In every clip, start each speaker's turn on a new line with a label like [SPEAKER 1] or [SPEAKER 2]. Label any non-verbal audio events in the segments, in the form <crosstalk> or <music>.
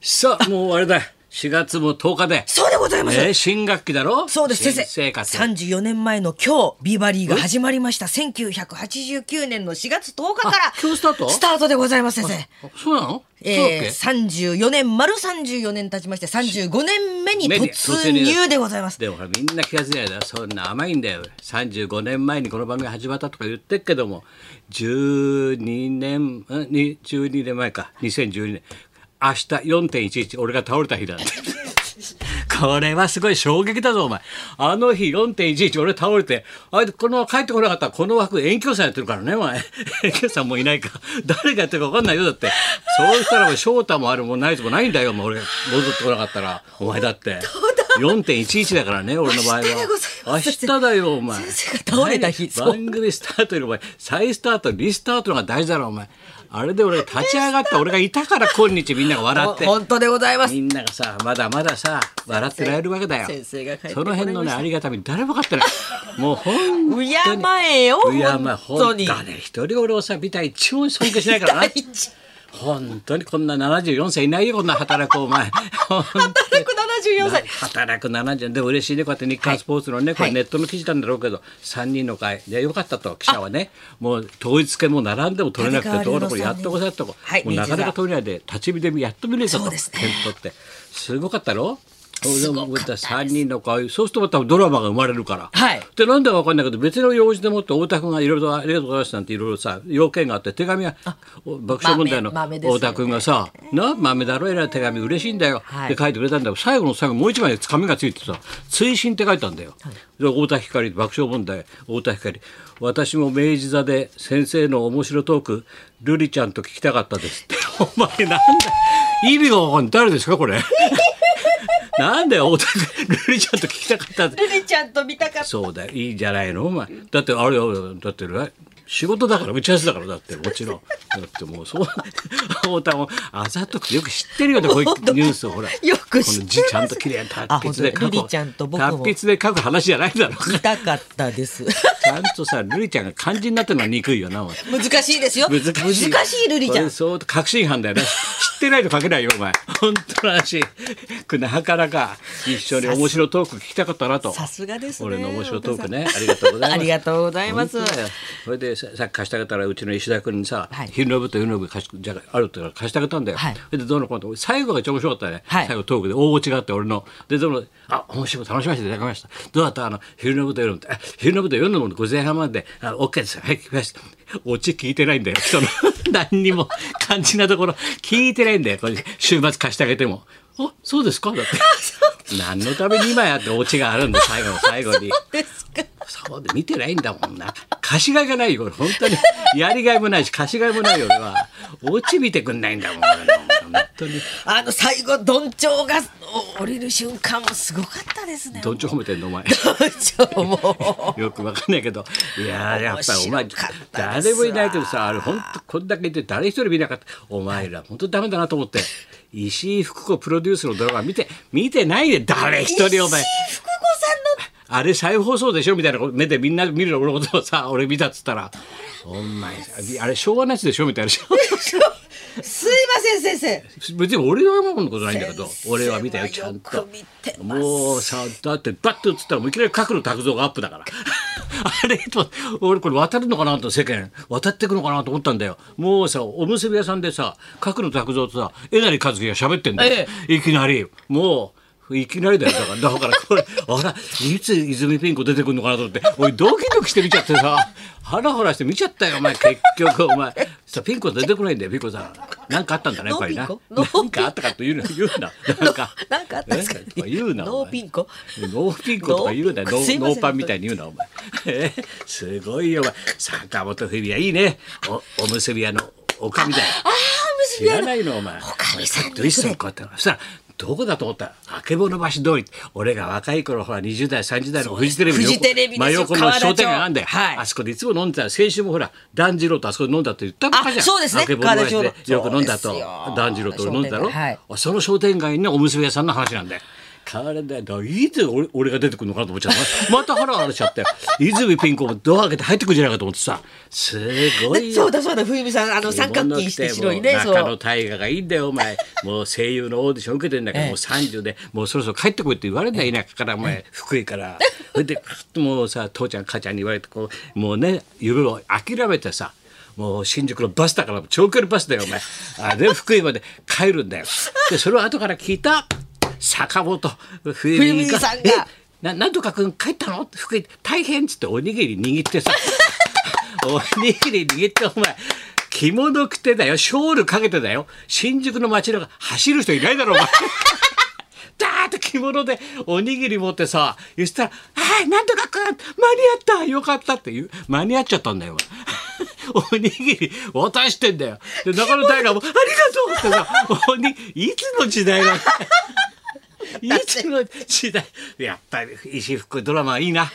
[SPEAKER 1] さあ、もうあれだ。4月も10日で。
[SPEAKER 2] そうでございます。
[SPEAKER 1] えー新学期だろ
[SPEAKER 2] そうです
[SPEAKER 1] 新
[SPEAKER 2] 先
[SPEAKER 1] 生
[SPEAKER 2] 生
[SPEAKER 1] 活。
[SPEAKER 2] 34年前の今日ビバリーが始まりました1989年の4月10日から
[SPEAKER 1] あ今日スタート
[SPEAKER 2] スタートでございます先生
[SPEAKER 1] あそうなの、そうだっ
[SPEAKER 2] えー、
[SPEAKER 1] け
[SPEAKER 2] 34年丸34年経ちまして35年目に
[SPEAKER 1] 目に
[SPEAKER 2] 突入でございます
[SPEAKER 1] でもほらみんな気が付いないだろそんな甘いんだよ35年前にこの番組始まったとか言ってっけども12年んに12年前か2012年明日4.11俺が倒れた日だこれはすごい衝撃だぞお前あの日4.11俺倒れてあれこの帰ってこなかったらこの枠遠距さんやってるからねお前 <laughs> 遠距さんもいないか誰がやってるか分かんないよだってそうしたらもう翔太もあるもんないつもないんだよもう俺戻ってこなかったらお前だって4.11だからね俺の場合は
[SPEAKER 2] 明日でございます
[SPEAKER 1] 明日だよお前
[SPEAKER 2] 先生が倒れた日
[SPEAKER 1] 何
[SPEAKER 2] そう
[SPEAKER 1] 番組スタートよりお前再スタートリスタートの方が大事だろお前あれで俺立ち上がった俺がいたから今日みんなが笑って
[SPEAKER 2] 本当でござい <laughs> ます
[SPEAKER 1] みんながさまだまださ笑ってられるわけだよ
[SPEAKER 2] 先生が帰って
[SPEAKER 1] そ
[SPEAKER 2] こ
[SPEAKER 1] の
[SPEAKER 2] られました
[SPEAKER 1] 辺のねありがたみ誰も分かってないもうほん
[SPEAKER 2] 敬えよ
[SPEAKER 1] いやまあ
[SPEAKER 2] 本当
[SPEAKER 1] 本
[SPEAKER 2] に
[SPEAKER 1] 当ね一人俺をさビタ一応尊敬しないからな
[SPEAKER 2] 第一
[SPEAKER 1] 本当にこんな74歳いないよこんな働くお
[SPEAKER 2] <laughs>
[SPEAKER 1] 前本当に
[SPEAKER 2] 働く74歳
[SPEAKER 1] 働く70でも嬉しいねこうやって日刊スポーツのね、これネットの記事なんだろうけど、三3人の会でよかったと記者はねもう統一券も並んでも取れなくて
[SPEAKER 2] 立
[SPEAKER 1] ど
[SPEAKER 2] 川
[SPEAKER 1] うの
[SPEAKER 2] 理乃
[SPEAKER 1] こ
[SPEAKER 2] さ
[SPEAKER 1] れ
[SPEAKER 2] んに
[SPEAKER 1] やっとこさやっとこ、
[SPEAKER 2] はい
[SPEAKER 1] もうなかなか取れないで立ち見でやっと見れたと
[SPEAKER 2] そうですね
[SPEAKER 1] 点取ってすごかったろ
[SPEAKER 2] すごかったです
[SPEAKER 1] 3人の会そうするとまたドラマが生まれるから、
[SPEAKER 2] はい
[SPEAKER 1] でなんだか分かんないけど別の用事でもって太田君がいろいろとありがとうございますなんていろいろさ要件があって手紙はお爆笑問題の
[SPEAKER 2] 豆豆ですよね
[SPEAKER 1] 太田君がさ「な豆だろえらい手紙嬉しいんだよ」
[SPEAKER 2] はい
[SPEAKER 1] で書いてくれたんだよ最後の最後もう一枚紙がついてさ「追伸」って書いたんだよ。で太田光爆笑問題太田光私も明治座で先生の面白トーク瑠璃ちゃんと聞きたかったですって <laughs> お前なんだ意味がわかんない誰ですかこれ <laughs> なんだよ太田君瑠璃ちゃんと聞きたかったって
[SPEAKER 2] ルリちゃんと見た
[SPEAKER 1] <laughs>
[SPEAKER 2] かった
[SPEAKER 1] そうだよいいじゃないのお前だってあれよだってね仕事だから打ち合わせだからだってもちろんだってもうそう太田もあざとくよく知ってるよねこういうニュースをほら
[SPEAKER 2] よく
[SPEAKER 1] こ
[SPEAKER 2] 知ってます
[SPEAKER 1] の字ちゃんと綺麗な達筆で
[SPEAKER 2] あ本当
[SPEAKER 1] 書
[SPEAKER 2] ル
[SPEAKER 1] く
[SPEAKER 2] リちゃんと僕も
[SPEAKER 1] 達筆で書く話じゃないだろうから
[SPEAKER 2] 見たかったです
[SPEAKER 1] ちゃんとさ瑠璃ちゃんが漢字になってるのは憎いよなお前
[SPEAKER 2] <laughs> 難しいですよ
[SPEAKER 1] 難しい
[SPEAKER 2] 難しいルリちゃ
[SPEAKER 1] これ
[SPEAKER 2] ん
[SPEAKER 1] 相当確信犯だよね知ってないと書けないよお前本当の話これなかなか一緒に面白トーク聞きたかったなと
[SPEAKER 2] さすがですね
[SPEAKER 1] 俺の面白トークねありがとうございます
[SPEAKER 2] <laughs> ありがとうございます
[SPEAKER 1] 本当だよそれでささっき貸してあげたらうちの石田君にさ
[SPEAKER 2] は
[SPEAKER 1] 「
[SPEAKER 2] い
[SPEAKER 1] 昼の部と昼の部貸しじゃあある」って言うから貸してあげたんだよ、
[SPEAKER 2] はい
[SPEAKER 1] それでどうのこうの最後が一番面白かったね、
[SPEAKER 2] はい
[SPEAKER 1] 最後トークで大落ちがあって俺のでどうの「あ面白い楽しませていただきましたどうだったあの昼の部と夜の部あ昼の部と夜の部の午前半まであ OK ですはい来ましたオチ聞いてないんだよ人の <laughs> 何にも肝心なところ聞いてないんだよこれ週末貸してあげてもあそうですかだって何のために今やってオチがあるんだよ最後の最後に。
[SPEAKER 2] ですか
[SPEAKER 1] そうで見てないんだもんな。貸しがいがないよ、俺本当に。やりがいもないし、貸しがいもないよ、俺は。オチ見てくんないんだもん、俺本当に。
[SPEAKER 2] あの最後どんちょうがお降りる瞬間もすごかったですね
[SPEAKER 1] どん
[SPEAKER 2] <laughs>
[SPEAKER 1] ちょ褒めてんの、お前。
[SPEAKER 2] どんちょう
[SPEAKER 1] <laughs>
[SPEAKER 2] も
[SPEAKER 1] よくわかんないけど。いやー、やっぱりお前
[SPEAKER 2] 面白かっ、たです
[SPEAKER 1] 誰もいないけどさ、あれ本当こんだけいて誰一人見なかった。お前ら、本当ダメだなと思って。石井福子プロデュースのドラマ見て、見てないで、誰一人お前。
[SPEAKER 2] 石井福子さんの
[SPEAKER 1] あれ再放送でしょみたいなこと目でみんな見る俺のことをさ俺見たっつったら「お前あれ昭和のやつでしょ?」みたいな
[SPEAKER 2] <laughs> すいません先生
[SPEAKER 1] 別に俺は思うことないんだけど
[SPEAKER 2] 先生は
[SPEAKER 1] 俺は見たよちゃんと
[SPEAKER 2] よく見てます
[SPEAKER 1] もうさだってバッと映ったらもういきなり角の卓造がアップだから <laughs> あれと俺これ渡るのかなと世間渡ってくのかなと思ったんだよもうさおむすび屋さんでさ角の卓造とさえなりかずきが喋ってんだよ、
[SPEAKER 2] え
[SPEAKER 1] いきなりもういきなりだよだからだからこれあらいつ泉ピン子出てくるのかなと思っておいドキドキして見ちゃってさハラハラして見ちゃったよお前結局お前さピン子出てこないんだよピン子さんなんかあったんだねやっぱりな
[SPEAKER 2] ノーピン
[SPEAKER 1] な
[SPEAKER 2] コノーピンコ
[SPEAKER 1] んかあったかと言うな言うななんか
[SPEAKER 2] <laughs> なんかあったんですか
[SPEAKER 1] えとか言うな
[SPEAKER 2] ノー
[SPEAKER 1] お前
[SPEAKER 2] ピンコ
[SPEAKER 1] ノーピンコとか言うなノ
[SPEAKER 2] ノーピンコす
[SPEAKER 1] ー
[SPEAKER 2] いませ
[SPEAKER 1] ノ
[SPEAKER 2] ん
[SPEAKER 1] ーパンみたいに言うなお前 <laughs> えすごいよお前坂本冬美はいいねおおむすび屋のおかみだよ知らないのお前お
[SPEAKER 2] かみさんに
[SPEAKER 1] ドイツのこうやってそしたらどこだと思ったらあけぼの橋通り俺が若い頃ほら20代30代のフジテレビの
[SPEAKER 2] フジテレビ
[SPEAKER 1] 真
[SPEAKER 2] ですよ
[SPEAKER 1] 横の商店街があんだよ、
[SPEAKER 2] 河原町はい
[SPEAKER 1] あそこでいつも飲んでたら先週もほら團次郎とあそこで飲んだって言ったばっかじゃん
[SPEAKER 2] あそうですね
[SPEAKER 1] あけぼの橋
[SPEAKER 2] 河原
[SPEAKER 1] で
[SPEAKER 2] 町の
[SPEAKER 1] よく飲んだ
[SPEAKER 2] そう
[SPEAKER 1] と
[SPEAKER 2] ですよ
[SPEAKER 1] 團次郎と俺飲んだろ、
[SPEAKER 2] 商店街はい
[SPEAKER 1] その商店街のおむすび屋さんの話なんだよ。体だいつ俺俺が出てくるのかなと思っちゃったまた腹荒れちゃって泉ピン子もドア開けて入ってくるんじゃないかと思ってさすごいよ
[SPEAKER 2] そうだそうだ冬美さんあの三角筋して白いね
[SPEAKER 1] 着て
[SPEAKER 2] そ
[SPEAKER 1] もう中野
[SPEAKER 2] う
[SPEAKER 1] 大河がいいんだよお
[SPEAKER 2] <laughs>
[SPEAKER 1] 前もう声優のオーディション受けてんだから、
[SPEAKER 2] ええ
[SPEAKER 1] もう30でもうそろそろ帰ってこいって言われない田舎からお前福井から <laughs> それでふっともうさ父ちゃん母ちゃんに言われてこうもうね夢を諦めてさもう新宿のバスだから長距離バスだよお
[SPEAKER 2] <laughs>
[SPEAKER 1] 前あれ福井まで <laughs> 帰るんだよでそれを後から聞いた坂本冬美
[SPEAKER 2] <laughs> 冬美さんが
[SPEAKER 1] えななんとか君帰ったの?」って福井大変」っつっておにぎり握ってさおにぎり握ってお前着物着てだよショールかけてだよ新宿の街中走る人いないだろお前だーって着物でおにぎり持ってさ言ったら「はいなんとか君間に合ったよかった」って言う間に合っちゃったんだよお前おにぎり渡してんだよで中野大河も「ありがとう」ってさおにいつの時代だ <laughs> いつの時代やっぱり石福ドラマはいいな。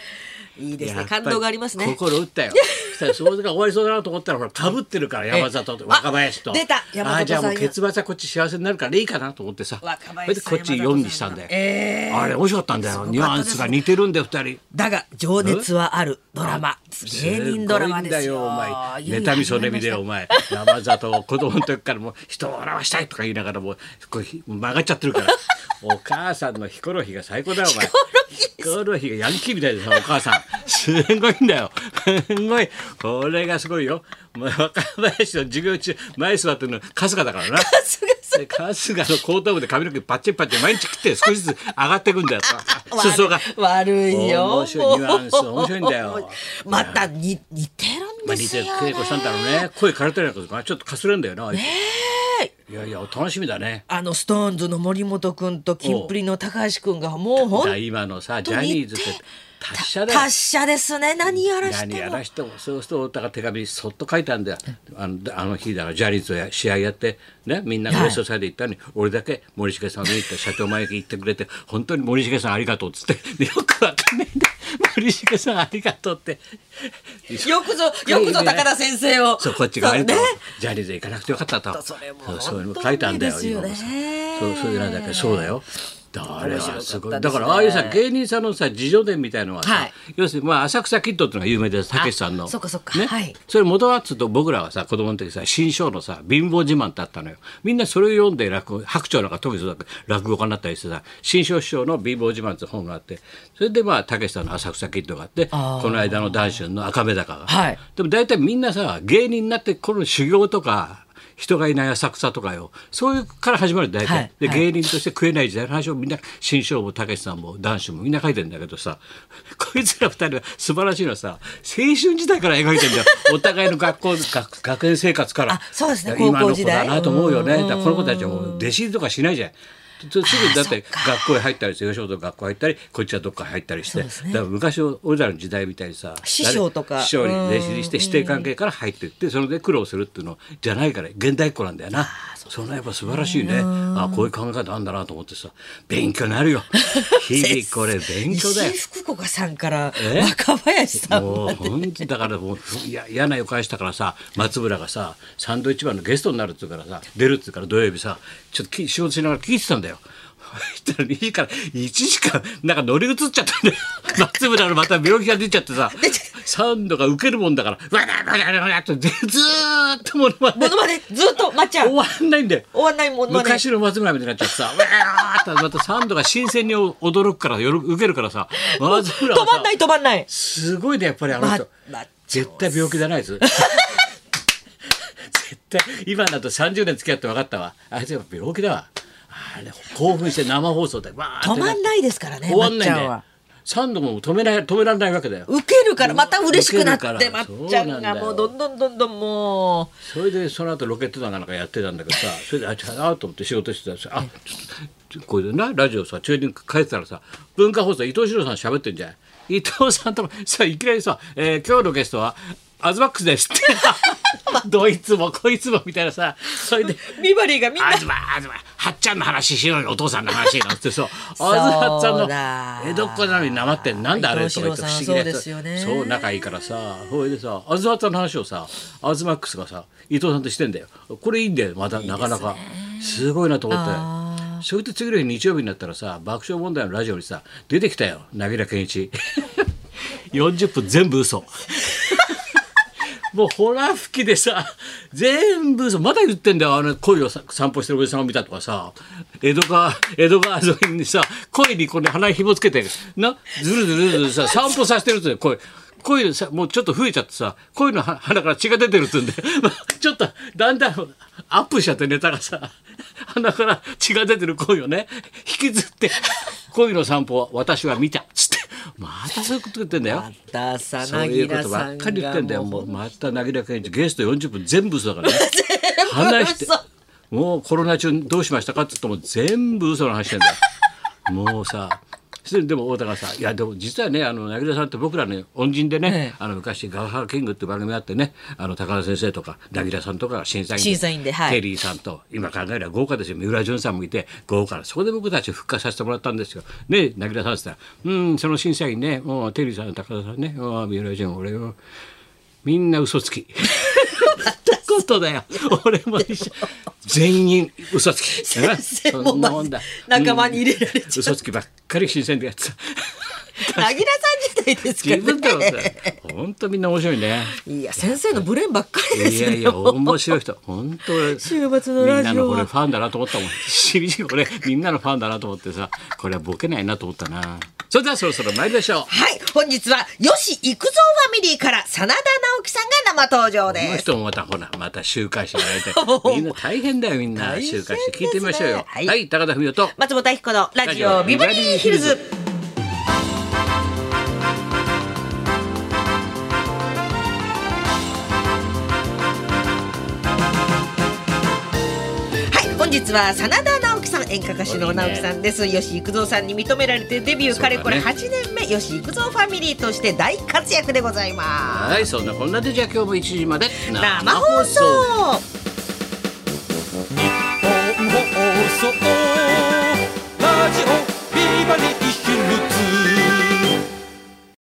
[SPEAKER 2] いい
[SPEAKER 1] い
[SPEAKER 2] ですね感動がありますね
[SPEAKER 1] 心打
[SPEAKER 2] <laughs>
[SPEAKER 1] ったよ。そしたらそれが終わりそうだなと思ったらほら被ってるから山里と
[SPEAKER 2] あ
[SPEAKER 1] 若林と。
[SPEAKER 2] 出た山里さん
[SPEAKER 1] あ
[SPEAKER 2] が
[SPEAKER 1] あじゃあもう結末はこっち幸せになるからいいかなと思ってさ。
[SPEAKER 2] 若林さん
[SPEAKER 1] それでこっち
[SPEAKER 2] 山里さん
[SPEAKER 1] 4にしたんだよ。
[SPEAKER 2] ええ
[SPEAKER 1] あれ面白かったんだ
[SPEAKER 2] すご
[SPEAKER 1] よ。
[SPEAKER 2] かった
[SPEAKER 1] ニュアンスが似てるんだよ二人。
[SPEAKER 2] だが情熱はあるドラマ芸人ドラマですよ
[SPEAKER 1] ごいんだよお前。妬みそねみでお前。山里を子供の時からもう人を笑わしたいとか言いながらもうこう曲がっちゃってる <laughs> から。お母さんのヒコロヒーが最高だよお前。ヒコロヒーがヤンキーみたいでさお母さん。すごいんだよ。すごい。これがすごいよ。お前若林の授業中前座ってるの春日だから <laughs> な。で春日の後頭部で髪の毛パッチンパッチン毎日食って少しずつ上がっていく <laughs> んだよ。裾が。
[SPEAKER 2] 悪いよ
[SPEAKER 1] 面白いニュアンス面白いんだよ
[SPEAKER 2] <laughs> またに似てるん
[SPEAKER 1] まあ、
[SPEAKER 2] で
[SPEAKER 1] 似
[SPEAKER 2] す
[SPEAKER 1] て
[SPEAKER 2] よ
[SPEAKER 1] る
[SPEAKER 2] ね、
[SPEAKER 1] 稽古したんだろうね声枯れてるのかなちょっとかすれんだよな、いやいや楽しみだね
[SPEAKER 2] あのストーンズの森本君とキンプリの高橋君がもうほん
[SPEAKER 1] じゃ
[SPEAKER 2] と
[SPEAKER 1] あ今のさジ
[SPEAKER 2] 当
[SPEAKER 1] ャニ
[SPEAKER 2] に
[SPEAKER 1] ーズって達者だよ
[SPEAKER 2] 達者ですね何やらして
[SPEAKER 1] 何や
[SPEAKER 2] も
[SPEAKER 1] らしてもそうするとだから手紙にそっと書いたんだよあのあの日だからジャニーズや試合やってねみんなウエストサイド行ったのに、俺だけ森重さんの行った社長前に行ってくれて本当に森重さんありがとうっつって <laughs> でよくわかんないんだ森重さんありがとうって
[SPEAKER 2] よくぞよくぞ高田先生を
[SPEAKER 1] そうこっちがありがとう
[SPEAKER 2] そうね
[SPEAKER 1] ジャニーズ行かなくてよかったと
[SPEAKER 2] それも
[SPEAKER 1] そうそういうの書いたんだよ
[SPEAKER 2] 本当にいいですよね
[SPEAKER 1] 今もさそうそういうなんだけどそうだよだからあれはすごい
[SPEAKER 2] 面白かったですね
[SPEAKER 1] だからああいうさ芸人さんのさ自叙伝みたいのはさ、
[SPEAKER 2] はい
[SPEAKER 1] 要するにまあ浅草キッドっていうのが有名ですたけしさんの
[SPEAKER 2] あそっかそっか
[SPEAKER 1] ね
[SPEAKER 2] はい
[SPEAKER 1] それ元はっつうと僕らはさ子供の時さ新章のさ貧乏自慢ってあったのよみんなそれを読んで落語白鳥なんか特にそうだ落語家になったりしてさ新章師匠の貧乏自慢って本があってそれでまあたけしさんの浅草キッドがあって
[SPEAKER 2] あー
[SPEAKER 1] この間の談春の赤目坂が、
[SPEAKER 2] はい
[SPEAKER 1] でも大体みんなさ芸人になってこの修行とか人がいない浅草とかよそういうから始まるんだ大体、
[SPEAKER 2] はい
[SPEAKER 1] で
[SPEAKER 2] はい
[SPEAKER 1] 芸人として食えない時代の話をみんな新章もたけしさんも男子もみんな書いてんだけどさこいつら二人は素晴らしいのはさ青春時代から描いてんだよお互いの学
[SPEAKER 2] <laughs>
[SPEAKER 1] 校学学園生活から
[SPEAKER 2] あそうですね
[SPEAKER 1] 今
[SPEAKER 2] 高校
[SPEAKER 1] の子
[SPEAKER 2] 時代
[SPEAKER 1] だなと思うよねだからこの子たちはもう弟子入りとかしないじゃん。すぐだって学校へ入ったりして吉本の学校へ入ったりこっちはどっか入ったりして、だから昔の俺らの時代みたいにさ
[SPEAKER 2] 師匠とか
[SPEAKER 1] 師匠に弟子入りして師弟関係から入ってってそれで苦労するっていうのじゃないから現代っ子なんだよなそのやっぱ素晴らしいねあこういう考え方あんだなと思ってさ勉強になるよ日々これ勉強だよ
[SPEAKER 2] 石井福子さんから
[SPEAKER 1] え
[SPEAKER 2] 若林さん
[SPEAKER 1] もう本当だからもういや嫌な予感したからさ松村がさサンドイッチマンのゲストになるっつうからさ出るっつうから土曜日さちょっとき仕事しながら聞いてたんだよ。そしたら2時から1時間なんか乗り移っちゃったんだよ松村のまた病気が出ちゃってさサウンドがウケるもんだからわらわらわらわらってずーっとものま
[SPEAKER 2] ものまねずっとまっちゃん
[SPEAKER 1] 終
[SPEAKER 2] 終
[SPEAKER 1] わんないんだよ
[SPEAKER 2] わんないものまね
[SPEAKER 1] 昔の松村みたいになっちゃってさ、うわーってまたサンドが新鮮に驚くから、よろ受けるからさ、松
[SPEAKER 2] 止
[SPEAKER 1] 村はさ
[SPEAKER 2] まんない止まんない
[SPEAKER 1] すごいねやっぱりあの人、
[SPEAKER 2] まま
[SPEAKER 1] 絶対病気じゃないです絶対今だと30年付き合って分かったわあいつやっぱ病気だわあれ興奮して生放送でわーって
[SPEAKER 2] 止まんないですからね
[SPEAKER 1] 終わんない
[SPEAKER 2] まっちゃん
[SPEAKER 1] ね
[SPEAKER 2] は
[SPEAKER 1] 3度も止めない止められないわけだよ
[SPEAKER 2] 受けるからまた嬉しくなっ
[SPEAKER 1] 受け
[SPEAKER 2] て
[SPEAKER 1] るか
[SPEAKER 2] ま
[SPEAKER 1] ら
[SPEAKER 2] っちゃ
[SPEAKER 1] そ
[SPEAKER 2] ん
[SPEAKER 1] うな
[SPEAKER 2] が
[SPEAKER 1] んだよ
[SPEAKER 2] もうどんどんどんどんもう
[SPEAKER 1] それでその後ロケット団かなんかやってたんだけどさ <laughs> それであ違うなと思って仕事してたらさあちょっとこれでなラジオさ中に帰ってたらさ文化放送伊藤四郎さん喋ってんじゃん伊藤さんともさいきなりさ、えー今日のゲストはアズマックスです」って <laughs> どいつもこいつもみたいなさそれで
[SPEAKER 2] ビバリーがみんな
[SPEAKER 1] あずまあずまはっちゃんの話しろよお父さんの話なんつっ
[SPEAKER 2] <laughs>
[SPEAKER 1] てそうあず
[SPEAKER 2] う
[SPEAKER 1] はっちゃん
[SPEAKER 2] そう
[SPEAKER 1] の
[SPEAKER 2] だ
[SPEAKER 1] 江戸っ子なのになまってんなんだあれとか言って不思議なや
[SPEAKER 2] 伊藤四郎さんそうで
[SPEAKER 1] つ
[SPEAKER 2] すよね
[SPEAKER 1] そう仲いいからさそれでさあずはっちゃんの話をさあずマックスがさ伊藤さんとしてんだよこれいいんだよまたなかなかすごいなと思って。それと次の日日曜日になったらさ爆笑問題のラジオにさ出てきたよ凪良健一 <laughs> 40分全部嘘もうほら吹きでさ全部嘘まだ言ってんだよあの恋をさ散歩してるおじさんを見たとかさ江戸川江戸川沿いにさ恋にこれ鼻に紐つけてなずるずるずるさ散歩させてるって恋恋さもうちょっと増えちゃってさ恋のは鼻から血が出てるってんで <laughs> ちょっとだんだんアップしちゃってネタがさ鼻から血が出てる恋をね引きずって恋の散歩は私は見たつってまたそういうこと言ってんだよ。
[SPEAKER 2] またさ
[SPEAKER 1] そう
[SPEAKER 2] な
[SPEAKER 1] いう
[SPEAKER 2] ぎ
[SPEAKER 1] こと
[SPEAKER 2] ら
[SPEAKER 1] ば
[SPEAKER 2] さ
[SPEAKER 1] っ
[SPEAKER 2] ん
[SPEAKER 1] かり言ってんだ
[SPEAKER 2] が
[SPEAKER 1] よ。
[SPEAKER 2] も
[SPEAKER 1] も
[SPEAKER 2] う
[SPEAKER 1] うまたなぎらけんゲスト40分全部嘘だからね。話して
[SPEAKER 2] 嘘
[SPEAKER 1] もうコロナ中どうしましたかって言っても全部嘘の話してんだよ。 <laughs> もうさ。それでも太田がさ「いやでも実はねあの柳田さんって僕らね恩人でね、あの昔「ガーハーキング」っていう番組あってねあの高田先生とか柳田さんとかが審査員
[SPEAKER 2] 審査員ではい
[SPEAKER 1] テリーさんと今考えれば豪華ですよ三浦淳さんもいて豪華なそこで僕たち復活させてもらったんですよ。ね柳田さんって言ったら「うんその審査員ねもうテリーさん高田さんねうん三浦淳俺よみんな嘘つき」<laughs>
[SPEAKER 2] <laughs>
[SPEAKER 1] ってことだよ俺も一緒全員嘘つ
[SPEAKER 2] <laughs>
[SPEAKER 1] き
[SPEAKER 2] 先生
[SPEAKER 1] そ
[SPEAKER 2] も
[SPEAKER 1] んな
[SPEAKER 2] ま
[SPEAKER 1] もん
[SPEAKER 2] ず
[SPEAKER 1] だ
[SPEAKER 2] 仲間に入れられちゃう
[SPEAKER 1] 嘘つきばっかり新鮮でや
[SPEAKER 2] <laughs>
[SPEAKER 1] ってた
[SPEAKER 2] なぎらさん時代ですか
[SPEAKER 1] 自分だろ
[SPEAKER 2] ね
[SPEAKER 1] それほんとみんな面白い
[SPEAKER 2] <laughs>
[SPEAKER 1] ね
[SPEAKER 2] いや先生のブレンばっかりです
[SPEAKER 1] いや
[SPEAKER 2] ね
[SPEAKER 1] いや面白い人本当俺
[SPEAKER 2] 週末のラジオは
[SPEAKER 1] みんなのこれファンだなと思ったもん <laughs> しみじみこれみんなのファンだなと思ってさこれはボケないなと思ったなそれではそろそろ参りましょう
[SPEAKER 2] はい本日は吉幾三ファミリーから真田直樹さんが生登場
[SPEAKER 1] この
[SPEAKER 2] です
[SPEAKER 1] 人もまたほらまた週刊誌や
[SPEAKER 2] <laughs>
[SPEAKER 1] られて
[SPEAKER 2] もう
[SPEAKER 1] みんな大変だよみんな
[SPEAKER 2] 大変
[SPEAKER 1] 週
[SPEAKER 2] です
[SPEAKER 1] 刊
[SPEAKER 2] ね
[SPEAKER 1] 誌聞いてみましょうよは、
[SPEAKER 2] はいい
[SPEAKER 1] 高田文夫と
[SPEAKER 2] 松本明子のラジオビバリーヒルズはい本日は真田直樹さん演歌歌手の直樹さんです吉幾三さんに認められてデビュー、
[SPEAKER 1] そうだ
[SPEAKER 2] か
[SPEAKER 1] ね
[SPEAKER 2] れこれ8年目吉幾三ファミリーとして大活躍でございます
[SPEAKER 1] はいそんなこんなでじゃあ今日も1時まで
[SPEAKER 2] 生放送
[SPEAKER 1] 日本放送